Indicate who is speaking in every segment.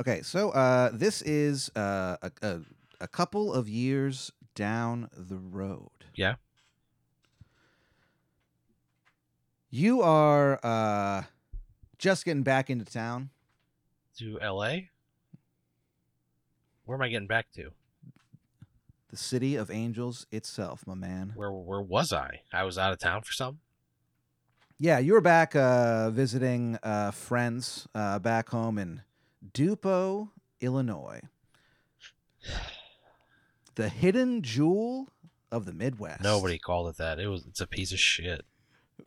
Speaker 1: Okay, so uh, this is uh, a, a a couple of years down the road.
Speaker 2: Yeah.
Speaker 1: You are uh, just getting back into town,
Speaker 2: To L.A. Where am I getting back to?
Speaker 1: the city of angels itself, my man.
Speaker 2: Where where was I? I was out of town for something.
Speaker 1: Yeah, you were back uh, visiting uh, friends uh, back home in Dupo, Illinois. The hidden jewel of the Midwest.
Speaker 2: Nobody called it that. It was it's a piece of shit.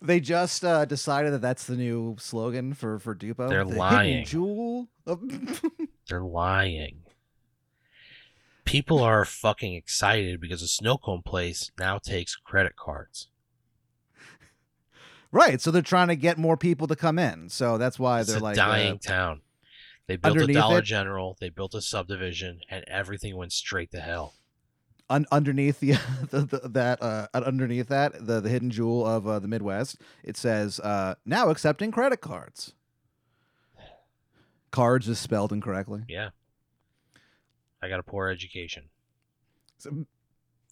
Speaker 1: They just uh, decided that that's the new slogan for for Dupo.
Speaker 2: They're
Speaker 1: the Hidden
Speaker 2: lying.
Speaker 1: jewel. Of...
Speaker 2: They're lying. People are fucking excited because a snow cone place now takes credit cards.
Speaker 1: right. So they're trying to get more people to come in. So that's why
Speaker 2: It's
Speaker 1: they're
Speaker 2: a
Speaker 1: like uh,
Speaker 2: dying town. They built a
Speaker 1: underneath
Speaker 2: Dollar
Speaker 1: it-
Speaker 2: General, they built a subdivision, and everything went straight to hell.
Speaker 1: un- underneath the, the, the that uh, underneath that the, the hidden jewel of uh, the Midwest. It says uh, now accepting credit cards. Cards is spelled incorrectly.
Speaker 2: Yeah. I got a poor education.
Speaker 1: So-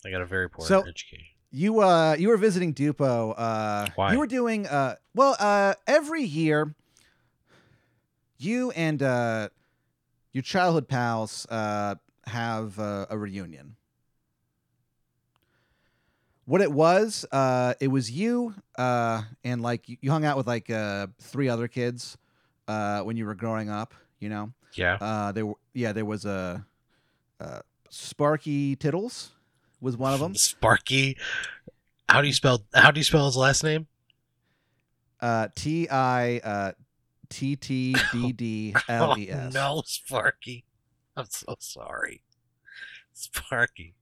Speaker 2: I got a very poor
Speaker 1: So-
Speaker 2: education.
Speaker 1: You uh you were visiting Dupo. Uh
Speaker 2: Why?
Speaker 1: you were doing uh well uh every year you and uh your childhood pals uh have uh, a reunion. What it was, uh it was you uh and like you you hung out with like uh three other kids uh when you were growing up, you know.
Speaker 2: Yeah.
Speaker 1: Uh there were yeah, there was a uh Sparky Tittles was one of them.
Speaker 2: Sparky. How do you spell how do you spell his last name?
Speaker 1: uh T I uh T T D D
Speaker 2: Oh,
Speaker 1: L E S.
Speaker 2: no, Sparky. I'm so sorry. Sparky.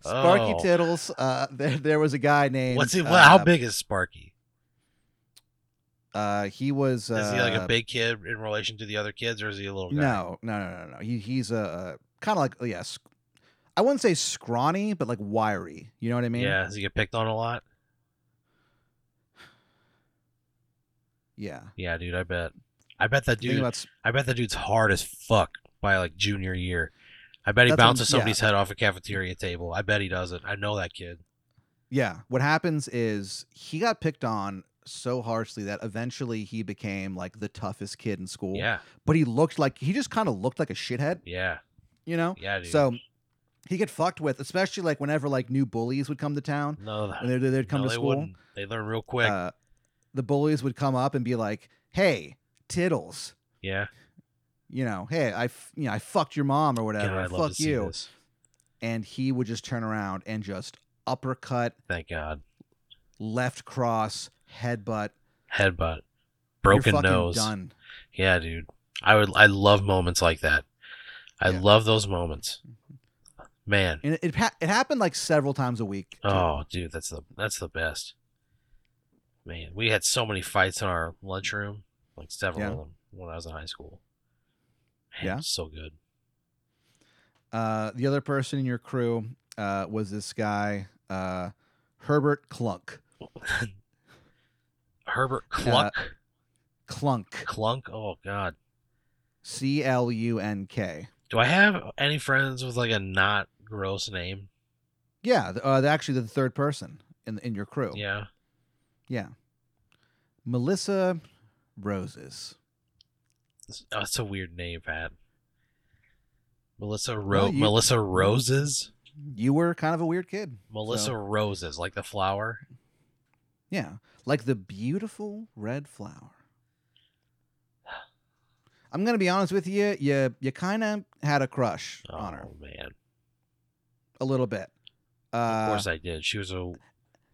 Speaker 1: Sparky
Speaker 2: Oh.
Speaker 1: Tittles. Uh there, there was a guy named
Speaker 2: What's he?
Speaker 1: uh,
Speaker 2: how big is Sparky?
Speaker 1: uh he was uh
Speaker 2: Is he like a big kid in relation to the other kids, or is he a little guy?
Speaker 1: No, no, no, no, no. He he's a, a kind of like yes. Yeah, sc- I wouldn't say scrawny, but like wiry. You know what I mean?
Speaker 2: Yeah, does he get picked on a lot?
Speaker 1: Yeah.
Speaker 2: Yeah, dude, I bet. I bet that
Speaker 1: Think
Speaker 2: dude.
Speaker 1: about s-
Speaker 2: I bet that dude's hard as fuck by like junior year. I bet he
Speaker 1: That's what I'm-
Speaker 2: bounces somebody's head off a cafeteria table. I bet he doesn't. I know that kid.
Speaker 1: Yeah. What happens is he got picked on so harshly that eventually he became like the toughest kid in school.
Speaker 2: Yeah,
Speaker 1: But he looked like he just kind of looked like a shithead,
Speaker 2: yeah,
Speaker 1: you know?
Speaker 2: yeah, dude.
Speaker 1: So he get fucked with, especially like whenever like new bullies would come to town
Speaker 2: no,
Speaker 1: and they'd, they'd come
Speaker 2: no,
Speaker 1: to
Speaker 2: they
Speaker 1: school.
Speaker 2: wouldn't. They learn real quick.
Speaker 1: Uh, the bullies would come up and be like, "Hey, Tittles,
Speaker 2: yeah,
Speaker 1: you know, hey, I, f- you know, I fucked your mom or
Speaker 2: God,
Speaker 1: whatever.
Speaker 2: I'd love to
Speaker 1: Fuck
Speaker 2: see
Speaker 1: you."
Speaker 2: this.
Speaker 1: And he would just turn around and just uppercut,
Speaker 2: Thank God.
Speaker 1: left cross, headbutt,
Speaker 2: Headbutt,
Speaker 1: You're
Speaker 2: broken
Speaker 1: fucking
Speaker 2: nose.
Speaker 1: done.
Speaker 2: Yeah, dude. I would. I love moments like that. I
Speaker 1: Yeah. Mm-hmm.
Speaker 2: love those moments. Man.
Speaker 1: And it it, ha- it happened like several times a week. too.
Speaker 2: Oh, dude, that's the that's the best. Man, we had so many fights in our lunchroom, like several
Speaker 1: Yeah.
Speaker 2: of them when I was in high school. Man,
Speaker 1: Yeah.
Speaker 2: it was so good.
Speaker 1: Uh, the other person in your crew uh, was this guy, uh, Herbert Clunk. Uh,
Speaker 2: Herbert Cluck,
Speaker 1: Clunk.
Speaker 2: Clunk. Oh God,
Speaker 1: C L U N K.
Speaker 2: do I have any friends with like a not gross name?
Speaker 1: Yeah, th- uh, they're actually the third person in in your crew.
Speaker 2: Yeah,
Speaker 1: Yeah. Melissa Roses.
Speaker 2: that's, Oh, that's a weird name, Pat. Melissa Ro-
Speaker 1: you-
Speaker 2: Melissa Roses.
Speaker 1: You were kind of a weird kid.
Speaker 2: Melissa
Speaker 1: so-
Speaker 2: Roses, like the flower.
Speaker 1: Yeah, like the beautiful red flower. I'm gonna be honest with you. You you kind of had a crush
Speaker 2: Oh
Speaker 1: on her
Speaker 2: man,
Speaker 1: a little bit. Uh,
Speaker 2: of course I did. She was a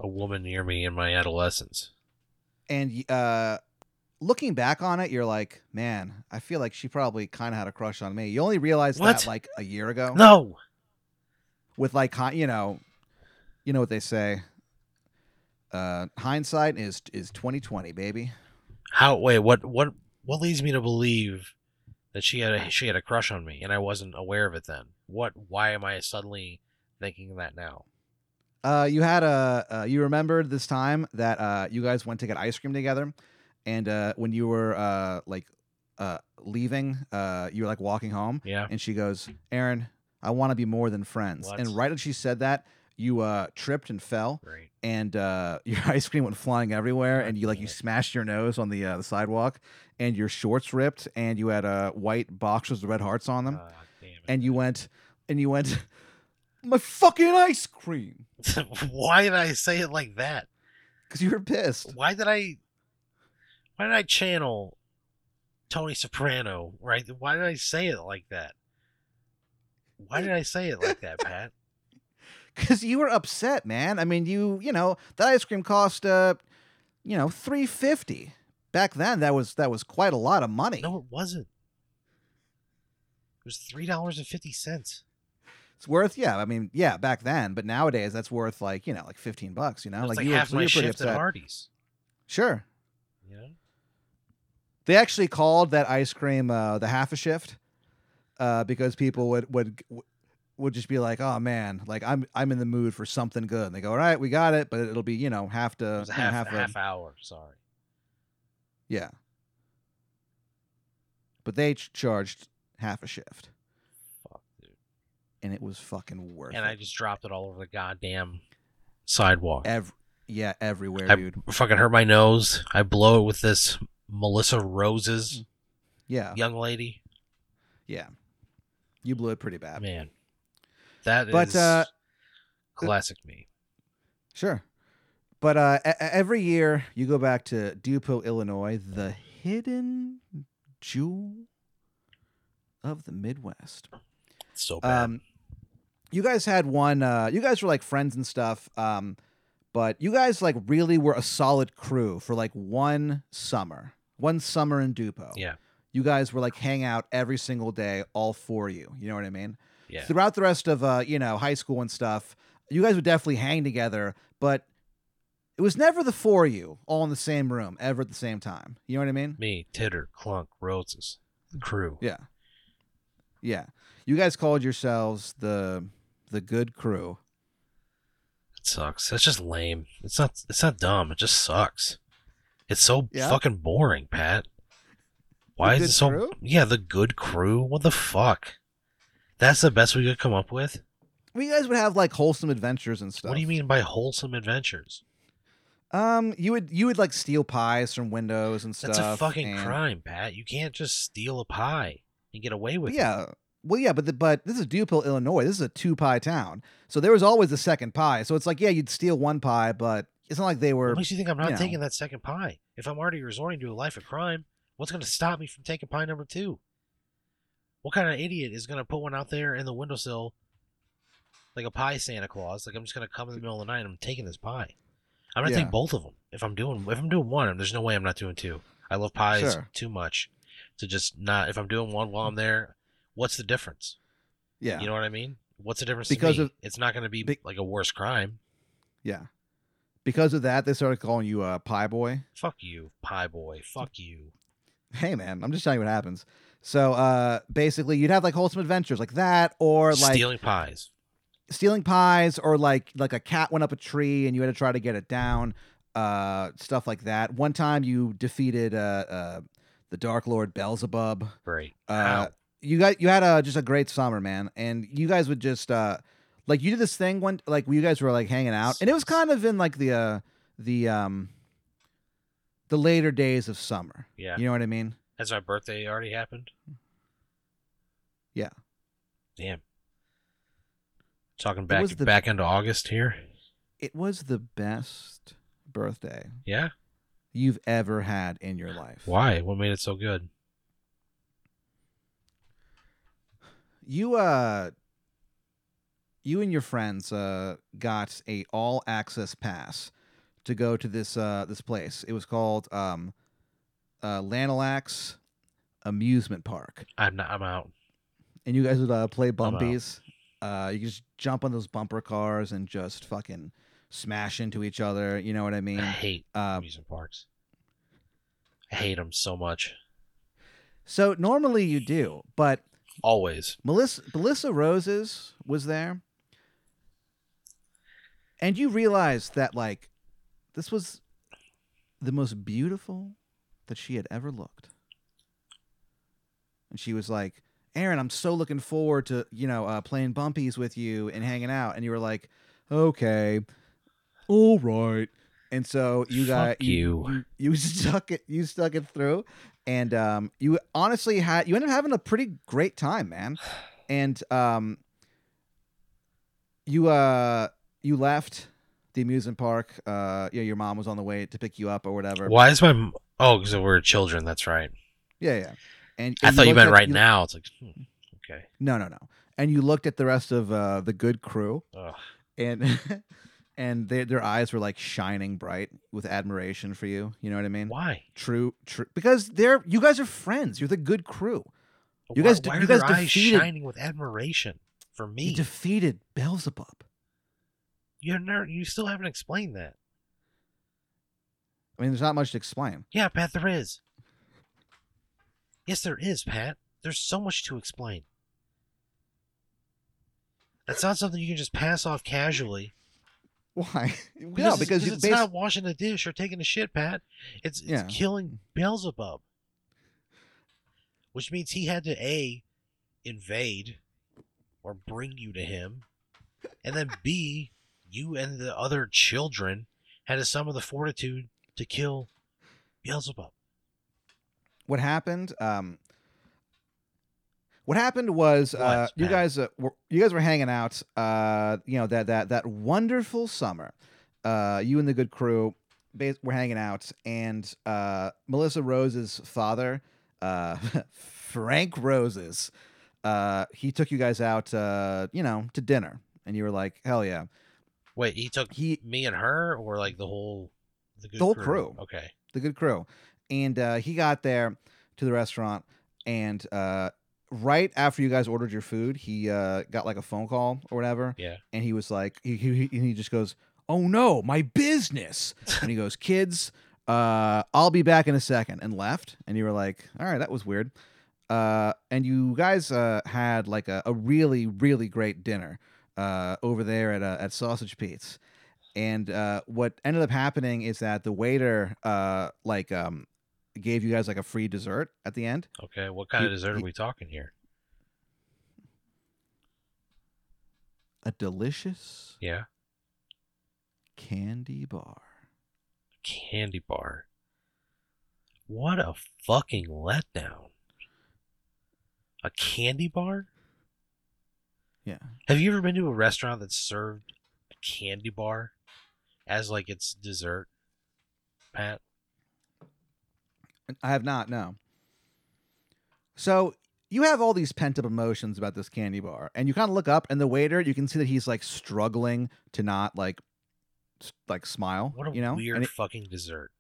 Speaker 2: a woman near me in my adolescence.
Speaker 1: and y- uh, looking back on it, you're like, man, I feel like she probably kind of had a crush on me. You only realized
Speaker 2: What?
Speaker 1: that like a year ago.
Speaker 2: No.
Speaker 1: with like hi- you know, you know what they say. Uh, hindsight is is twenty twenty, baby.
Speaker 2: How? Wait. What? What? What leads me to believe that she had a she had a crush on me and I wasn't aware of it then? What? Why am I suddenly thinking that now?
Speaker 1: Uh, you had a uh, you remembered this time that uh, you guys went to get ice cream together, and uh, when you were uh, like uh, leaving, uh, you were like walking home,
Speaker 2: Yeah.
Speaker 1: and she goes, "Aaron, I want to be more than friends."
Speaker 2: What?
Speaker 1: And right when she said that, you uh, tripped and fell,
Speaker 2: Great.
Speaker 1: and uh, your ice cream went flying everywhere,
Speaker 2: God
Speaker 1: and you like you
Speaker 2: damn it.
Speaker 1: smashed your nose on the uh, the sidewalk, and your shorts ripped, and you had uh, white boxers with red hearts on them,
Speaker 2: Ah, damn it.
Speaker 1: and you went, and you went, "My fucking ice cream,"
Speaker 2: Why did I say it like that?
Speaker 1: because you were pissed.
Speaker 2: Why did I? Why did I channel Tony Soprano? Right? Why did I say it like that? Why did I say it like that, Pat?
Speaker 1: because you were upset, man. I mean, you you know that ice cream cost uh, you know, three fifty back then. That was that was quite a lot of money.
Speaker 2: No, it wasn't. It was three dollars and fifty cents.
Speaker 1: It's worth yeah. I mean yeah, back then, but nowadays that's worth like you know like fifteen bucks. You know,
Speaker 2: It's like,
Speaker 1: you
Speaker 2: half
Speaker 1: so
Speaker 2: my
Speaker 1: you pretty
Speaker 2: shift at
Speaker 1: upset.
Speaker 2: Hardee's.
Speaker 1: Sure,
Speaker 2: You know?
Speaker 1: they actually called that ice cream uh, the half a shift uh, because people would would. would just be like, oh man, like I'm I'm in the mood for something good. And they go, all right, we got it, but it'll be you know half to
Speaker 2: It was a
Speaker 1: you know,
Speaker 2: half, half,
Speaker 1: Uh, half a-
Speaker 2: hour. Sorry.
Speaker 1: Yeah. But they ch- charged half a shift,
Speaker 2: Fuck, dude.
Speaker 1: and it was fucking worth
Speaker 2: And
Speaker 1: it.
Speaker 2: I just dropped it all over the goddamn sidewalk.
Speaker 1: Ev- yeah, everywhere,
Speaker 2: I-
Speaker 1: dude.
Speaker 2: fucking hurt my nose. I blow it with this Melissa Rose's
Speaker 1: Yeah,
Speaker 2: young lady.
Speaker 1: yeah. You blew it pretty bad.
Speaker 2: Man, that is
Speaker 1: But, uh,
Speaker 2: classic me.
Speaker 1: Sure. But uh, e- e- every year you go back to Dupont, Illinois, the hidden jewel of the Midwest.
Speaker 2: It's so Oh, bad.
Speaker 1: Um, you guys had one. Uh, you guys were like friends and stuff. Um, but you guys like really were a solid crew for like one summer. One summer in Dupo.
Speaker 2: Yeah.
Speaker 1: You guys were like hang out every single day, all for you. You know what I mean?
Speaker 2: yeah.
Speaker 1: Throughout the rest of uh, you know, high school and stuff, you guys would definitely hang together, but it was never the four of you all in the same room, ever at the same time. You know what I mean?
Speaker 2: me, Titter, Clunk, Roses, the crew.
Speaker 1: Yeah. Yeah. You guys called yourselves the the good crew.
Speaker 2: It sucks. That's just lame. It's not. It's not dumb. It just sucks. It's so
Speaker 1: Yeah?
Speaker 2: fucking boring, Pat. Why is
Speaker 1: good
Speaker 2: it so?
Speaker 1: crew?
Speaker 2: Yeah, the good crew. What the fuck? That's the best we could come up with.
Speaker 1: Well, you guys would have like wholesome adventures and stuff.
Speaker 2: What do you mean by wholesome adventures?
Speaker 1: Um, you would you would like steal pies from windows and stuff.
Speaker 2: That's a fucking
Speaker 1: and-
Speaker 2: crime, Pat. You can't just steal a pie and get away with it.
Speaker 1: Yeah. Well, yeah, but the, but this is Dupil, Illinois. This is a two pie town, so there was always a second pie. So it's like, yeah, you'd steal one pie, but it's not like they were.
Speaker 2: What makes you think I'm not
Speaker 1: you know.
Speaker 2: taking that second pie? If I'm already resorting to a life of crime, what's going to stop me from taking pie number two? What kind of idiot is going to put one out there in the windowsill like a pie Santa Claus? Like I'm just going to come in the middle of the night and I'm taking this pie. I'm going to
Speaker 1: Yeah.
Speaker 2: take both of them. If I'm doing if I'm doing one, there's no way I'm not doing two. I love pies
Speaker 1: Sure.
Speaker 2: too much to just not. If I'm doing one while I'm there, what's the difference?
Speaker 1: Yeah,
Speaker 2: You know what I mean? What's the difference?
Speaker 1: Because
Speaker 2: to me?
Speaker 1: of-
Speaker 2: it's not going to be
Speaker 1: be-
Speaker 2: like a worse crime.
Speaker 1: yeah. Because of that, they started calling you uh, pie boy.
Speaker 2: Fuck you, pie boy. Fuck you.
Speaker 1: Hey, man, I'm just telling you what happens. So uh, basically, you'd have like wholesome adventures like that, or like
Speaker 2: stealing pies.
Speaker 1: stealing pies or like like a cat went up a tree and you had to try to get it down uh stuff like that one time you defeated uh uh the dark lord beelzebub
Speaker 2: Great.
Speaker 1: uh
Speaker 2: How?
Speaker 1: you got you had a just a great summer man and you guys would just uh like you did this thing one like you guys were like hanging out and it was kind of in like the uh the um the later days of summer
Speaker 2: Yeah.
Speaker 1: you know what i mean
Speaker 2: Has my birthday already happened?
Speaker 1: Yeah.
Speaker 2: Damn. Talking back
Speaker 1: was the-
Speaker 2: back into August here.
Speaker 1: it was the best birthday
Speaker 2: Yeah.
Speaker 1: you've ever had in your life
Speaker 2: Why? What made it so good?
Speaker 1: you uh you and your friends uh got a all access pass to go to this uh this place it was called um uh lanalax amusement park
Speaker 2: I'm not. I'm out.
Speaker 1: and you guys would uh, play
Speaker 2: out.
Speaker 1: bumpies uh you could just jump on those bumper cars and just fucking smash into each other you know what i
Speaker 2: I
Speaker 1: mean
Speaker 2: hate
Speaker 1: uh,
Speaker 2: amusement parks. I hate them so much.
Speaker 1: so normally you do but
Speaker 2: Always.
Speaker 1: Melissa Melissa Roses was there, and you realized that like this was the most beautiful that she had ever looked. and she was like, "Aaron, I'm so looking forward to you know uh, playing bumpies with you and hanging out." And you were like, "Okay, all right." And so you got
Speaker 2: Fuck you.
Speaker 1: you stuck it you stuck it through, and um, you honestly had you ended up having a pretty great time, man. And um, you uh you left the amusement park. Uh, yeah, your mom was on the way to pick you up or whatever.
Speaker 2: Why is my m- oh? Because we're children. That's right.
Speaker 1: Yeah, yeah. And,
Speaker 2: I
Speaker 1: and
Speaker 2: thought you
Speaker 1: looked
Speaker 2: meant
Speaker 1: at-
Speaker 2: right now. It's like hmm, okay.
Speaker 1: No, no, no. And you looked at the rest of uh, the good crew,
Speaker 2: Ugh.
Speaker 1: and and their their eyes were like shining bright with admiration for you. You know what I mean?
Speaker 2: Why?
Speaker 1: True, true. Because they're you guys are friends. You're the good crew. You
Speaker 2: why,
Speaker 1: guys d-
Speaker 2: why
Speaker 1: you
Speaker 2: are
Speaker 1: guys
Speaker 2: their eyes
Speaker 1: defeated-
Speaker 2: shining with admiration for me?
Speaker 1: You defeated Beelzebub.
Speaker 2: You're ner- you still haven't explained that.
Speaker 1: I mean, there's not much to explain.
Speaker 2: Yeah, Pat, there is. Yes, there is, Pat. There's so much to explain. That's not something you can just pass off casually.
Speaker 1: Why? no,
Speaker 2: Because it's-
Speaker 1: because you
Speaker 2: it's
Speaker 1: basi-
Speaker 2: not washing a dish or taking a shit, Pat. It's it's
Speaker 1: Yeah.
Speaker 2: killing Beelzebub, which means he had to a invade or bring you to him, and then b you and the other children had to summon the fortitude to kill Beelzebub.
Speaker 1: what happened um what happened was uh,
Speaker 2: What,
Speaker 1: you
Speaker 2: Pat?
Speaker 1: guys uh, were you guys were hanging out uh you know that that that wonderful summer uh you and the good crew bas- were hanging out and uh Melissa Rose's father uh Frank Rose's uh he took you guys out uh you know to dinner and you were like hell yeah
Speaker 2: Wait, he took
Speaker 1: he
Speaker 2: me and her, or like the whole good
Speaker 1: The whole crew.
Speaker 2: Okay,
Speaker 1: the good crew. And uh, he got there to the restaurant, and uh, right after you guys ordered your food, he uh, got like a phone call or whatever,
Speaker 2: yeah.
Speaker 1: and he was like, he he, he, he just goes, "Oh no, my business!" and he goes, "Kids, uh, I'll be back in a second," and left. And you were like, "All right, that was weird." Uh, and you guys uh, had like a, a really really great dinner uh, over there at uh, at Sausage Pete's. And uh, what ended up happening is that the waiter uh, like um, gave you guys like a free dessert at the end.
Speaker 2: Okay, what kind of
Speaker 1: He-
Speaker 2: dessert
Speaker 1: he-
Speaker 2: are we talking here?
Speaker 1: A delicious
Speaker 2: Yeah,
Speaker 1: candy bar.
Speaker 2: candy bar. What a fucking letdown! A candy bar?
Speaker 1: Yeah.
Speaker 2: Have you ever been to a restaurant that served a candy bar as like its dessert, Pat?
Speaker 1: I have not, no. So you have all these pent up emotions about this candy bar, and you kind of look up, and the waiter, you can see that he's like struggling to not like, s- like smile.
Speaker 2: What a
Speaker 1: you know?
Speaker 2: weird
Speaker 1: And, he,
Speaker 2: fucking dessert.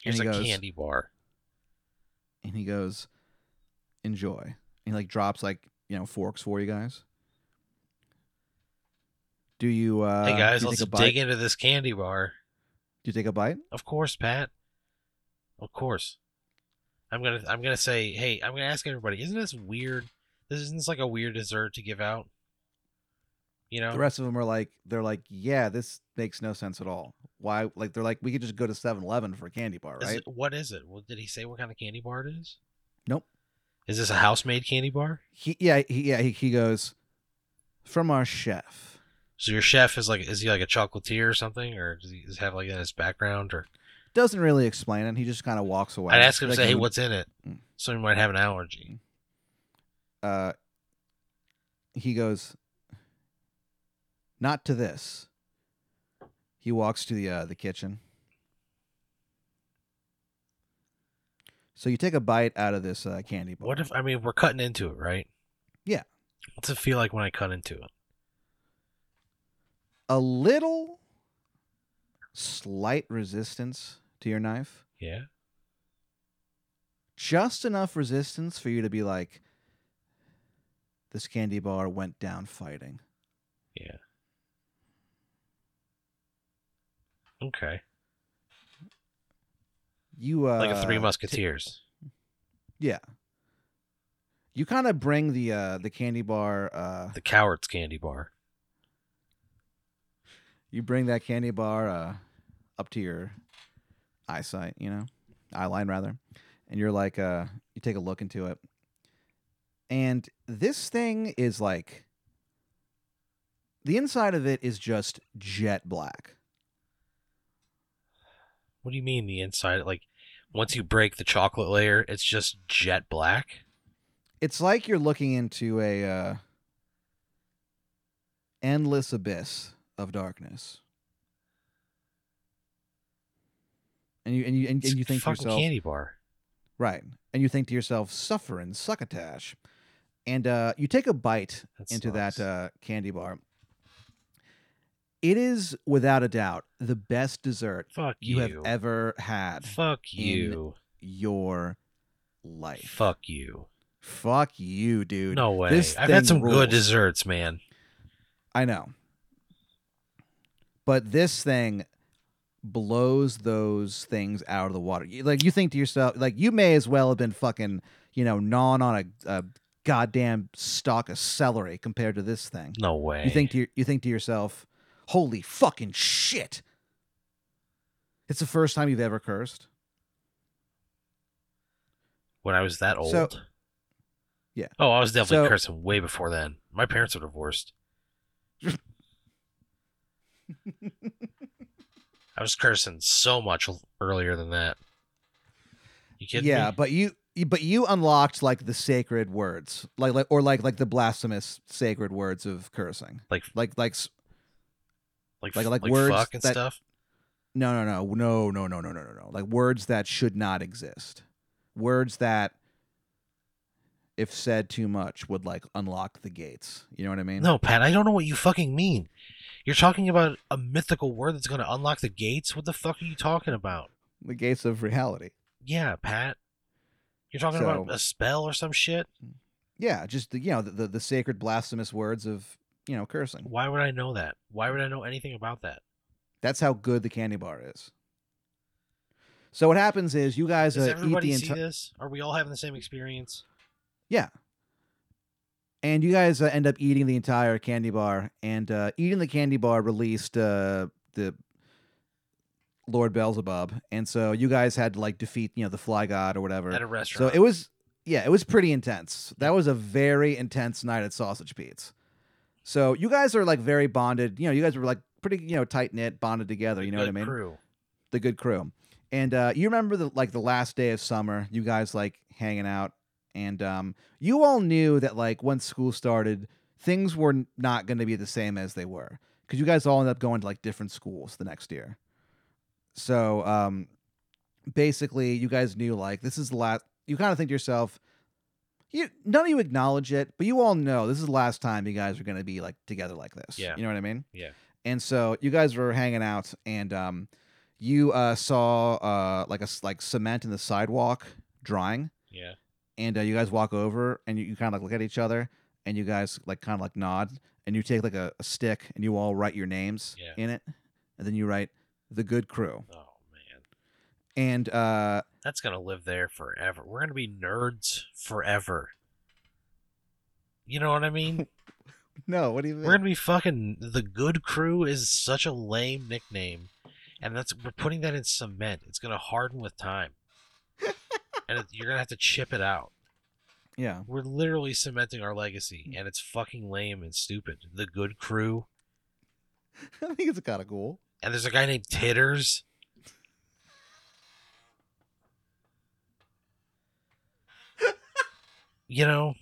Speaker 2: Here's
Speaker 1: he
Speaker 2: a
Speaker 1: goes-
Speaker 2: candy bar.
Speaker 1: and he goes, "Enjoy." And he like drops like you know forks for you guys. Do you? uh
Speaker 2: hey guys,
Speaker 1: do you
Speaker 2: let's
Speaker 1: take a bite?
Speaker 2: dig into this candy bar.
Speaker 1: Do you take a bite?
Speaker 2: Of course, Pat. Of course. I'm gonna I'm gonna say, hey, I'm gonna ask everybody, isn't this weird? This isn't this like a weird dessert to give out? You know?
Speaker 1: The rest of them are like, they're like, "Yeah, this makes no sense at all." Why? Like they're like, we could just go to 7-Eleven for a candy bar,
Speaker 2: Is
Speaker 1: right?
Speaker 2: it- what is it? What, did he say what kind of candy bar it is?
Speaker 1: Nope.
Speaker 2: Is this a house made candy bar?
Speaker 1: He yeah he, yeah he, he goes from our chef.
Speaker 2: So your chef is like is he like a chocolatier or something? Or does he does he have like that in his background or
Speaker 1: Doesn't really explain it. He just kind of walks away.
Speaker 2: I'd ask him to
Speaker 1: Like,
Speaker 2: say, Hey,
Speaker 1: um,
Speaker 2: what's in it?
Speaker 1: Mm.
Speaker 2: Someone might have an allergy.
Speaker 1: Uh, he goes, not to this. He walks to the uh, the kitchen. So you take a bite out of this uh, candy bar.
Speaker 2: What if I mean we're cutting into it, right?
Speaker 1: Yeah.
Speaker 2: What's it feel like when I cut into it?
Speaker 1: a little slight resistance to your knife.
Speaker 2: Yeah.
Speaker 1: just enough resistance for you to be like, this candy bar went down fighting.
Speaker 2: Yeah. Okay.
Speaker 1: You uh,
Speaker 2: Like a Three
Speaker 1: t-
Speaker 2: Musketeers.
Speaker 1: yeah. You kind of bring the uh, the candy bar. Uh,
Speaker 2: the Coward's Candy Bar.
Speaker 1: you bring that candy bar uh, up to your eyesight, you know, eyeline rather, and you're like, uh, you take a look into it, And this thing is like the inside of it is just jet black.
Speaker 2: What do you mean the inside? Like, once you break the chocolate layer, it's just jet black.
Speaker 1: It's like you're looking into a uh, endless abyss of darkness. And you and you and,
Speaker 2: It's
Speaker 1: and you think to
Speaker 2: fucking
Speaker 1: yourself,
Speaker 2: candy bar.
Speaker 1: right? And you think to yourself, suffering succotash. And uh, you take a bite
Speaker 2: That
Speaker 1: into
Speaker 2: sucks.
Speaker 1: that uh, candy bar. It is without a doubt the best dessert
Speaker 2: Fuck
Speaker 1: you,
Speaker 2: you.
Speaker 1: have ever had
Speaker 2: Fuck you.
Speaker 1: your life.
Speaker 2: Fuck you.
Speaker 1: Fuck you, dude.
Speaker 2: No way.
Speaker 1: this
Speaker 2: I've had
Speaker 1: thing
Speaker 2: some
Speaker 1: rules.
Speaker 2: good desserts, man.
Speaker 1: I know. But this thing blows those things out of the water. You- Like you think to yourself, like you may as well have been fucking, you know, gnawing on a, a goddamn stalk of celery compared to this thing.
Speaker 2: No way.
Speaker 1: You think to your, you think to yourself, "Holy fucking shit!" It's the first time you've ever cursed.
Speaker 2: when I was that old?
Speaker 1: So- Yeah.
Speaker 2: Oh, I was definitely
Speaker 1: So-
Speaker 2: cursing way before then. My parents were divorced. I was cursing so much l- earlier than that. You kidding
Speaker 1: yeah,
Speaker 2: me?
Speaker 1: but you you- but you unlocked like the sacred words, like like or like like the blasphemous sacred words of cursing,
Speaker 2: Like
Speaker 1: like like s-
Speaker 2: like
Speaker 1: like-
Speaker 2: f-
Speaker 1: like words
Speaker 2: fuck and
Speaker 1: that-
Speaker 2: stuff.
Speaker 1: no no no no no no no no no no like words that should not exist, words that if said too much would like unlock the gates. You know what I mean?
Speaker 2: No, Pat, I don't know what you fucking mean. You're talking about a mythical word that's going to unlock the gates. What the fuck are you talking about?
Speaker 1: the gates of reality.
Speaker 2: Yeah, Pat. You're talking about
Speaker 1: So-
Speaker 2: a spell or some shit.
Speaker 1: Yeah, just the, you know the, the the sacred blasphemous words of you know cursing.
Speaker 2: Why would I know that? Why would I know anything about that?
Speaker 1: That's how good the candy bar is. So what happens is you guys
Speaker 2: Does
Speaker 1: uh, eat
Speaker 2: everybody
Speaker 1: the
Speaker 2: see
Speaker 1: entire
Speaker 2: this? Are we all having the same experience?
Speaker 1: and you guys uh, end up eating the entire candy bar and uh, eating the candy bar released uh, the Lord Beelzebub, and so you guys had to like defeat you know the Fly God or whatever.
Speaker 2: At a
Speaker 1: So
Speaker 2: restaurant.
Speaker 1: it was, yeah, it was pretty intense. That was a very intense night at Sausage Pete's. So you guys are like very bonded. You know, you guys were like pretty, you know, tight knit, bonded together. You know what I
Speaker 2: Good
Speaker 1: mean?
Speaker 2: Crew.
Speaker 1: The good crew. And uh, you remember the like the last day of summer, you guys like hanging out, and um, you all knew that like once school started, things were n- not going to be the same as they were because you guys all ended up going to like different schools the next year. So um, basically, you guys knew like this is the last. You kind of think to yourself, you none of you acknowledge it, but you all know this is the last time you guys are going to be like together like this.
Speaker 2: Yeah.
Speaker 1: you know what I mean.
Speaker 2: Yeah.
Speaker 1: And so you guys were hanging out, and um, you uh, saw uh, like a s- like cement in the sidewalk drying
Speaker 2: Yeah.
Speaker 1: and uh, you guys walk over and you, you kind of like look at each other and you guys like kind of like nod and you take like a, a stick and you all write your names
Speaker 2: Yeah.
Speaker 1: in it and then you write the good crew
Speaker 2: Oh man,
Speaker 1: and uh
Speaker 2: that's gonna live there forever. We're gonna be nerds forever. You know what I mean?
Speaker 1: no what do you
Speaker 2: We're gonna be fucking the good crew is such a lame nickname, and that's we're putting that in cement. It's gonna harden with time, and it, you're gonna have to chip it out.
Speaker 1: yeah
Speaker 2: We're literally cementing our legacy, and it's fucking lame and stupid. The good crew,
Speaker 1: i think it's kind of cool
Speaker 2: and there's a guy named Titters. you know,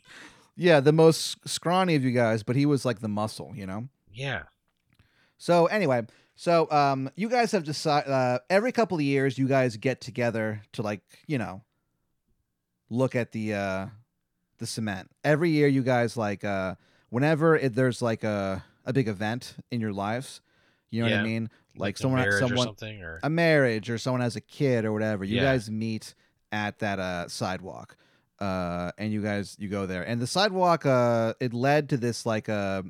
Speaker 1: yeah the most scrawny of you guys but he was like the muscle you know
Speaker 2: yeah.
Speaker 1: So anyway, so um, you guys have decided uh, every couple of years you guys get together to like you know look at the uh, the cement. Every year you guys like uh, whenever it, there's like a a big event in your lives, you know what
Speaker 2: Yeah.
Speaker 1: I mean? Like
Speaker 2: a
Speaker 1: someone,
Speaker 2: marriage or
Speaker 1: someone,
Speaker 2: something, or
Speaker 1: a marriage or someone has a kid or whatever you
Speaker 2: Yeah.
Speaker 1: guys meet at that uh, sidewalk uh, and you guys you go there and the sidewalk uh, it led to this like uh,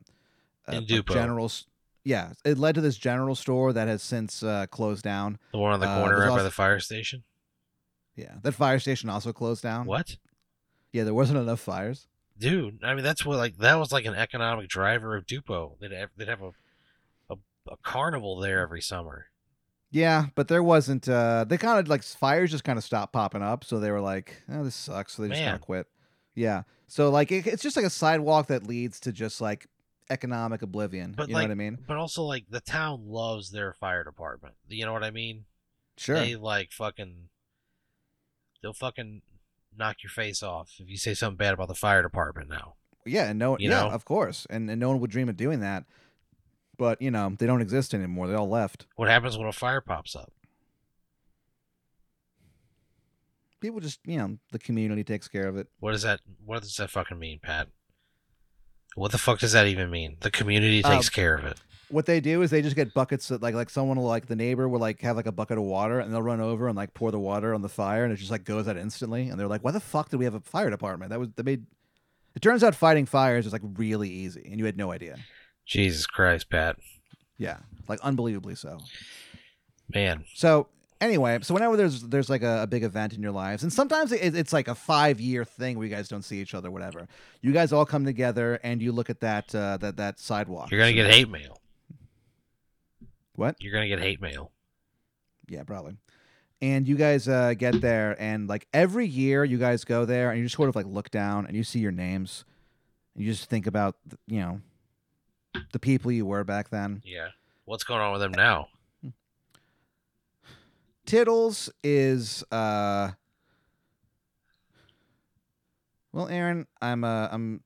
Speaker 1: a,
Speaker 2: In
Speaker 1: a
Speaker 2: Dupo.
Speaker 1: general s- yeah it led to this general store that has since uh, closed down
Speaker 2: the one on the
Speaker 1: uh,
Speaker 2: corner
Speaker 1: there's
Speaker 2: right by
Speaker 1: also-
Speaker 2: the fire station.
Speaker 1: yeah that fire station also closed down
Speaker 2: What,
Speaker 1: yeah there wasn't enough fires
Speaker 2: dude? I mean, that's what like that was like an economic driver of Dupo. They'd have, they'd have a, a a carnival there every summer.
Speaker 1: yeah but there wasn't uh, they kind of like fires just kind of stopped popping up so they were like oh this sucks so they just kind
Speaker 2: Man.
Speaker 1: of quit Yeah. So like it, it's just like a sidewalk that leads to just like economic oblivion.
Speaker 2: But,
Speaker 1: you know
Speaker 2: like,
Speaker 1: what I mean?
Speaker 2: But also, like, the town loves their fire department. You know what I mean?
Speaker 1: Sure.
Speaker 2: They, like, fucking. They'll fucking knock your face off if you say something bad about the fire department now.
Speaker 1: yeah, and no
Speaker 2: you
Speaker 1: yeah,
Speaker 2: know?
Speaker 1: of course. And and no one would dream of doing that. But, you know, they don't exist anymore. They all left.
Speaker 2: What happens when a fire pops up?
Speaker 1: People just, you know, the community takes care of it.
Speaker 2: What does that? What does that fucking mean, Pat? What the fuck does that even mean? The community
Speaker 1: Um,
Speaker 2: takes care of it.
Speaker 1: What they do is they just get buckets that like like someone will like the neighbor will like have like a bucket of water and they'll run over and like pour the water on the fire and it just like goes out instantly and they're like, Why the fuck did we have a fire department? That was that made it turns out fighting fires is like really easy and you had no idea.
Speaker 2: Jesus Christ, Pat.
Speaker 1: Yeah. Like unbelievably so.
Speaker 2: Man,
Speaker 1: So anyway, so whenever there's there's like a, a big event in your lives, and sometimes it, it's like a five year thing where you guys don't see each other, whatever. You guys all come together and you look at that uh, that that sidewalk.
Speaker 2: you're gonna get hate mail.
Speaker 1: What?
Speaker 2: You're gonna get hate mail.
Speaker 1: Yeah, probably. And you guys uh, get there, and like every year, you guys go there, and you just sort of like look down, and you see your names, and you just think about you know the people you were back then.
Speaker 2: Yeah. What's going on with them now?
Speaker 1: Tittles is uh Well, Aaron, I'm uh I'm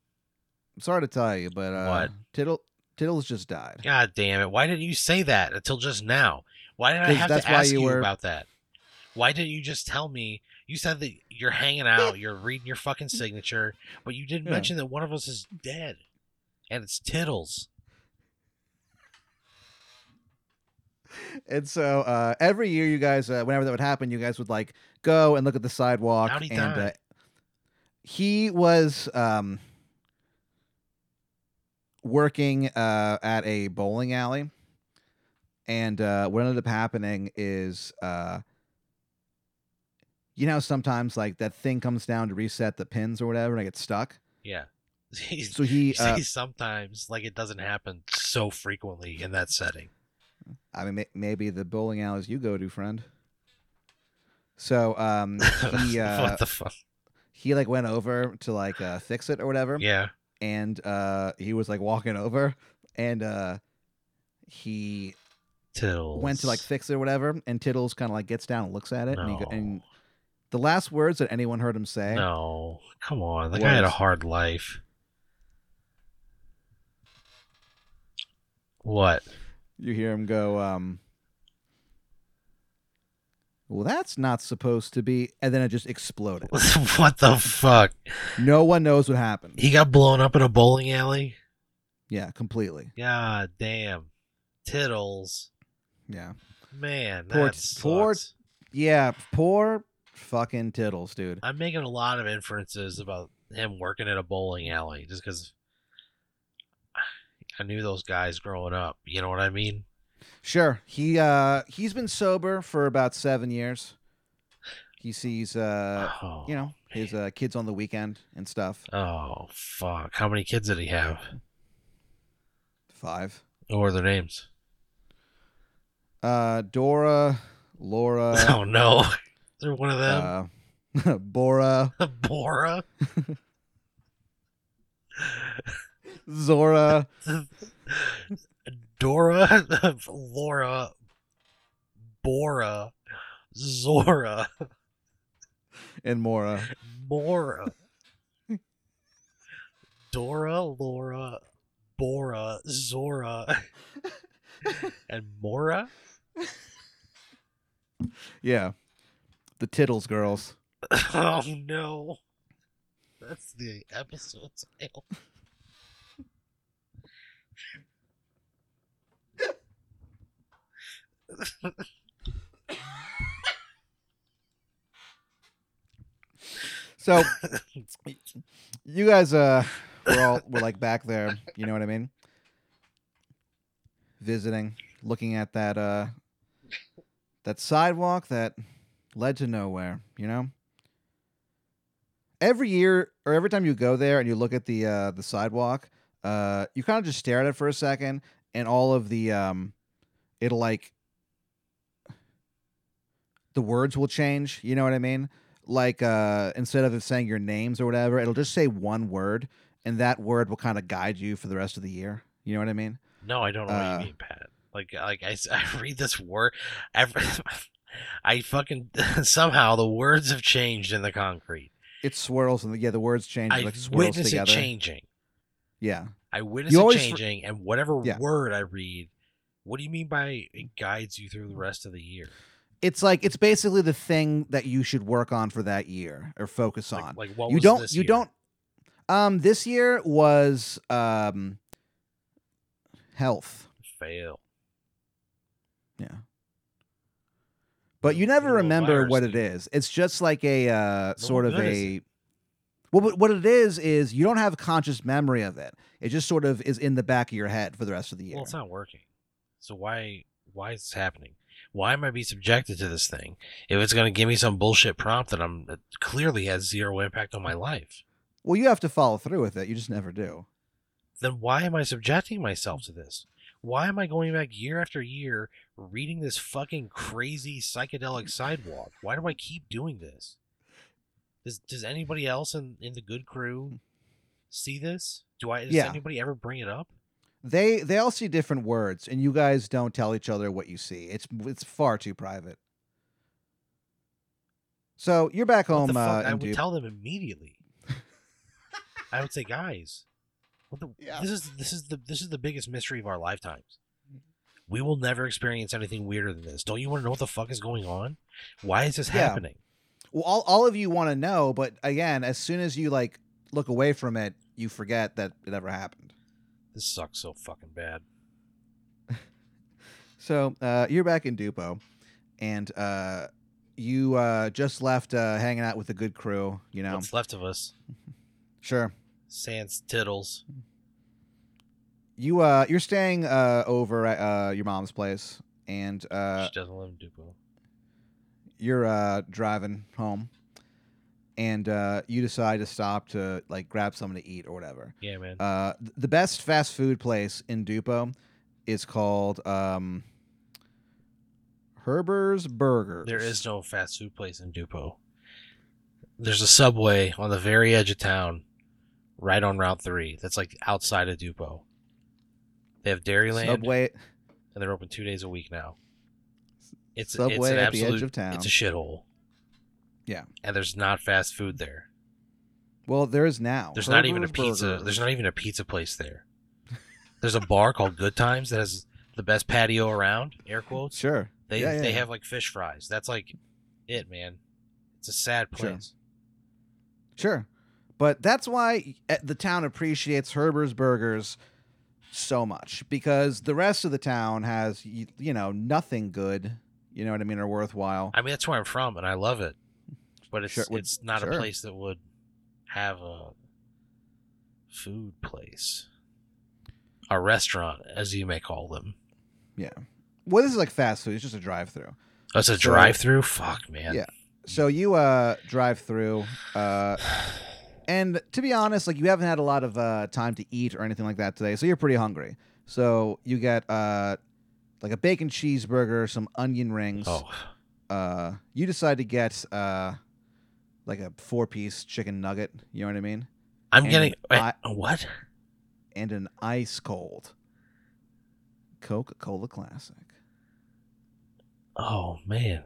Speaker 1: sorry to tell you, but uh
Speaker 2: What?
Speaker 1: Tittle Tittles just died.
Speaker 2: God damn it! Why didn't you say that until just now? Why did I
Speaker 1: 'Cause
Speaker 2: have to
Speaker 1: that's why
Speaker 2: ask
Speaker 1: you
Speaker 2: you,
Speaker 1: were-
Speaker 2: about that? Why didn't you just tell me? You said that you're hanging out, you're reading your fucking signature, but you didn't
Speaker 1: Yeah.
Speaker 2: mention that one of us is dead, and it's Tittles.
Speaker 1: And so uh every year you guys uh, whenever that would happen, you guys would like go and look at the sidewalk
Speaker 2: How'd he
Speaker 1: and
Speaker 2: die?
Speaker 1: uh, he was um working uh at a bowling alley. And uh what ended up happening is uh you know how sometimes like that thing comes down to reset the pins or whatever and I get stuck.
Speaker 2: Yeah. He's-
Speaker 1: So he
Speaker 2: You
Speaker 1: uh,
Speaker 2: say sometimes like it doesn't happen so frequently in that setting.
Speaker 1: I mean, may- maybe the bowling alleys you go to, friend. So, um, he uh,
Speaker 2: what the fuck?
Speaker 1: he like went over to like uh, fix it or whatever,
Speaker 2: Yeah.
Speaker 1: and uh, he was like walking over, and uh, he
Speaker 2: Tittles.
Speaker 1: went to like fix it or whatever, and Tittles kind of like gets down and looks at it, and, he go- and
Speaker 2: No.
Speaker 1: the last words that anyone heard him say,
Speaker 2: No. Come on. The guy had a
Speaker 1: Was.
Speaker 2: hard life. What?
Speaker 1: you hear him go, um, "Well, that's not supposed to be," and then it just exploded.
Speaker 2: what the fuck?
Speaker 1: no one knows what happened.
Speaker 2: He got blown up in a bowling alley?
Speaker 1: Yeah, completely.
Speaker 2: God damn. Tittles.
Speaker 1: Yeah.
Speaker 2: Man,
Speaker 1: Poor-
Speaker 2: that
Speaker 1: poor-
Speaker 2: sucks.
Speaker 1: Yeah, poor fucking Tittles, dude.
Speaker 2: I'm making a lot of inferences about him working at a bowling alley just because I knew those guys growing up. You know what I mean?
Speaker 1: Sure, he uh he's been sober for about seven years. He sees uh
Speaker 2: oh,
Speaker 1: you know his uh, kids on the weekend and stuff.
Speaker 2: oh, fuck. How many kids did he have?
Speaker 1: Five.
Speaker 2: What were their names?
Speaker 1: Uh, Dora, Laura,
Speaker 2: oh, no. They're one of them.
Speaker 1: uh, Bora,
Speaker 2: Bora?
Speaker 1: Zora.
Speaker 2: Dora? Laura? Bora? Zora?
Speaker 1: and Mora.
Speaker 2: Mora. Dora, Laura, Bora, Zora, and Mora?
Speaker 1: Yeah, the Tittles girls.
Speaker 2: Oh no. That's the episode title.
Speaker 1: So you guys uh were all were like back there, you know what I mean? Visiting, looking at that uh that sidewalk that led to nowhere, you know? Every year or every time you go there and you look at the uh the sidewalk, uh you kind of just stare at it for a second and all of the um it'll like the words will change, you know what I mean? like uh instead of it saying your names or whatever, it'll just say one word, and that word will kind of guide you for the rest of the year. You know what I mean?
Speaker 2: No, I don't know
Speaker 1: Uh,
Speaker 2: what you mean, Pat. Like, like I, s- I read this word. Every, I fucking somehow the words have changed in the concrete.
Speaker 1: It swirls and the, yeah, the words change. it,
Speaker 2: I
Speaker 1: like swirls
Speaker 2: witness
Speaker 1: together.
Speaker 2: it changing.
Speaker 1: Yeah,
Speaker 2: I witness
Speaker 1: You
Speaker 2: it
Speaker 1: always fr-
Speaker 2: changing, and whatever
Speaker 1: Yeah.
Speaker 2: word I read, what do you mean by it guides you through the rest of the year?
Speaker 1: it's like it's basically the thing that you should work on for that year or focus on.
Speaker 2: Like, like what
Speaker 1: you
Speaker 2: was
Speaker 1: don't
Speaker 2: this
Speaker 1: you
Speaker 2: year?
Speaker 1: don't um this year was um health
Speaker 2: fail.
Speaker 1: but you never
Speaker 2: Little
Speaker 1: remember
Speaker 2: virus
Speaker 1: what
Speaker 2: thing.
Speaker 1: it is it's just like a uh sort of
Speaker 2: good is
Speaker 1: a well but what it is is you don't have conscious memory of it it just sort of is in the back of your head for the rest of the year
Speaker 2: Well, it's not working. So why why is this happening? Why am I being subjected to this thing if it's going to give me some bullshit prompt that I'm that clearly has zero impact on my life?
Speaker 1: well you have to follow through with it you just never do
Speaker 2: Then why am I subjecting myself to this? Why am I going back year after year reading this fucking crazy psychedelic sidewalk? Why do I keep doing this? Does does anybody else in in the good crew see this? Do I does
Speaker 1: Hmm. Yeah.
Speaker 2: anybody ever bring it up?
Speaker 1: they they all see different words and you guys don't tell each other what you see it's it's far too private so you're back
Speaker 2: What
Speaker 1: home
Speaker 2: the
Speaker 1: uh,
Speaker 2: fuck? I
Speaker 1: in
Speaker 2: would
Speaker 1: Dubuque.
Speaker 2: tell them immediately. I would say, guys, what the,
Speaker 1: Yeah. Mm-hmm.
Speaker 2: this is this is the this is the biggest mystery of our lifetimes. We will never experience anything weirder than this. Don't you want to know what the fuck is going on? Why is this
Speaker 1: Yeah.
Speaker 2: happening?
Speaker 1: Well, all, all of you want to know, but again, as soon as you like look away from it, you forget that it ever happened.
Speaker 2: This sucks so fucking bad.
Speaker 1: So uh, you're back in Dupo, and uh, you uh, just left uh, hanging out with the good crew. You know,
Speaker 2: What's left of us?
Speaker 1: sure.
Speaker 2: Sans tittles.
Speaker 1: You uh, you're staying uh, over at uh, your mom's place, and uh,
Speaker 2: she doesn't live in Dupo.
Speaker 1: you're uh, driving home, and uh, you decide to stop to like grab something to eat or whatever.
Speaker 2: Yeah, man.
Speaker 1: Uh, th- the best fast food place in Dupo is called um, Herber's Burgers.
Speaker 2: There is no fast food place in Dupo. There's a subway on the very edge of town, right on Route 3, that's like outside of Dupo. They have Dairyland,
Speaker 1: subway.
Speaker 2: and they're open two days a week now. It's, it's
Speaker 1: Subway
Speaker 2: an
Speaker 1: at the edge
Speaker 2: absolute,
Speaker 1: of town.
Speaker 2: It's a shithole.
Speaker 1: Yeah.
Speaker 2: And there's not fast food there.
Speaker 1: Well, there is now.
Speaker 2: There's not even a
Speaker 1: Herber's
Speaker 2: pizza.
Speaker 1: Burgers.
Speaker 2: There's not even a pizza place there. There's a bar called Good Times that has the best patio around, air quotes.
Speaker 1: Sure.
Speaker 2: They
Speaker 1: Yeah, yeah,
Speaker 2: they
Speaker 1: yeah.
Speaker 2: have like fish fries. That's like it, man. It's a sad
Speaker 1: Sure.
Speaker 2: place.
Speaker 1: Sure. But that's why uh, the town appreciates Herber's Burgers so much because the rest of the town has you, you know nothing good, you know what I mean, or worthwhile.
Speaker 2: I mean, that's where I'm from, and I love it. But it's
Speaker 1: Sure, would-
Speaker 2: it's not
Speaker 1: sure.
Speaker 2: a place that would have a food place, a restaurant, as you may call them.
Speaker 1: well, this is like fast food. It's just a drive-through.
Speaker 2: Oh, it's a
Speaker 1: So-
Speaker 2: drive-through. Fuck, man.
Speaker 1: Yeah. So you uh drive through uh and to be honest, like you haven't had a lot of uh time to eat or anything like that today, so you're pretty hungry. So you get uh like a bacon cheeseburger, some onion rings.
Speaker 2: Oh,
Speaker 1: Uh you decide to get uh like a four piece chicken nugget, you know what I mean?
Speaker 2: I'm
Speaker 1: And
Speaker 2: getting
Speaker 1: I-
Speaker 2: wait, what?
Speaker 1: And an ice cold Coca Cola classic.
Speaker 2: Oh man.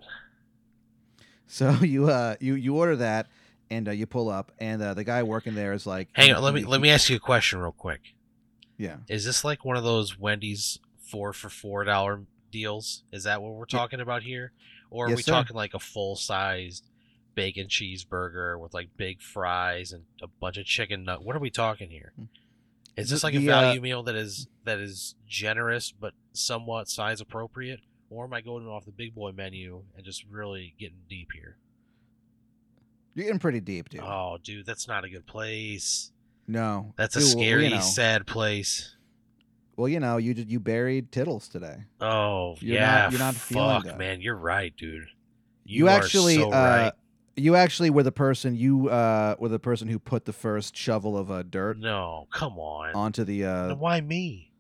Speaker 1: So you uh you you order that and uh, you pull up and uh, the guy working there is like
Speaker 2: Hang on. Let me let me ask you a question real quick.
Speaker 1: Yeah.
Speaker 2: Is this like one of those Wendy's four for four dollar deals? Is that what we're talking about here, or are
Speaker 1: Yes,
Speaker 2: we
Speaker 1: sir.
Speaker 2: talking like a full sized bacon cheeseburger with like big fries and a bunch of chicken nut? What are we talking here? Is
Speaker 1: Mm.
Speaker 2: this
Speaker 1: The-
Speaker 2: like a
Speaker 1: the, uh,
Speaker 2: value meal that is that is generous but somewhat size appropriate, or am I going off the big boy menu and just really getting deep here?
Speaker 1: You're getting pretty deep, dude.
Speaker 2: Oh, dude, that's not a good place.
Speaker 1: No,
Speaker 2: That's a
Speaker 1: Dude, well,
Speaker 2: scary,
Speaker 1: you know,
Speaker 2: sad place.
Speaker 1: well, you know, you did you buried Tittles today.
Speaker 2: Oh
Speaker 1: You're
Speaker 2: yeah,
Speaker 1: not- you're not feeling
Speaker 2: fuck,
Speaker 1: that.
Speaker 2: man. You're right, dude.
Speaker 1: You,
Speaker 2: are
Speaker 1: actually, uh,
Speaker 2: so right.
Speaker 1: you actually were the person you uh, were the person who put the first shovel of uh, dirt
Speaker 2: No, come on.
Speaker 1: onto the uh,
Speaker 2: Then why me?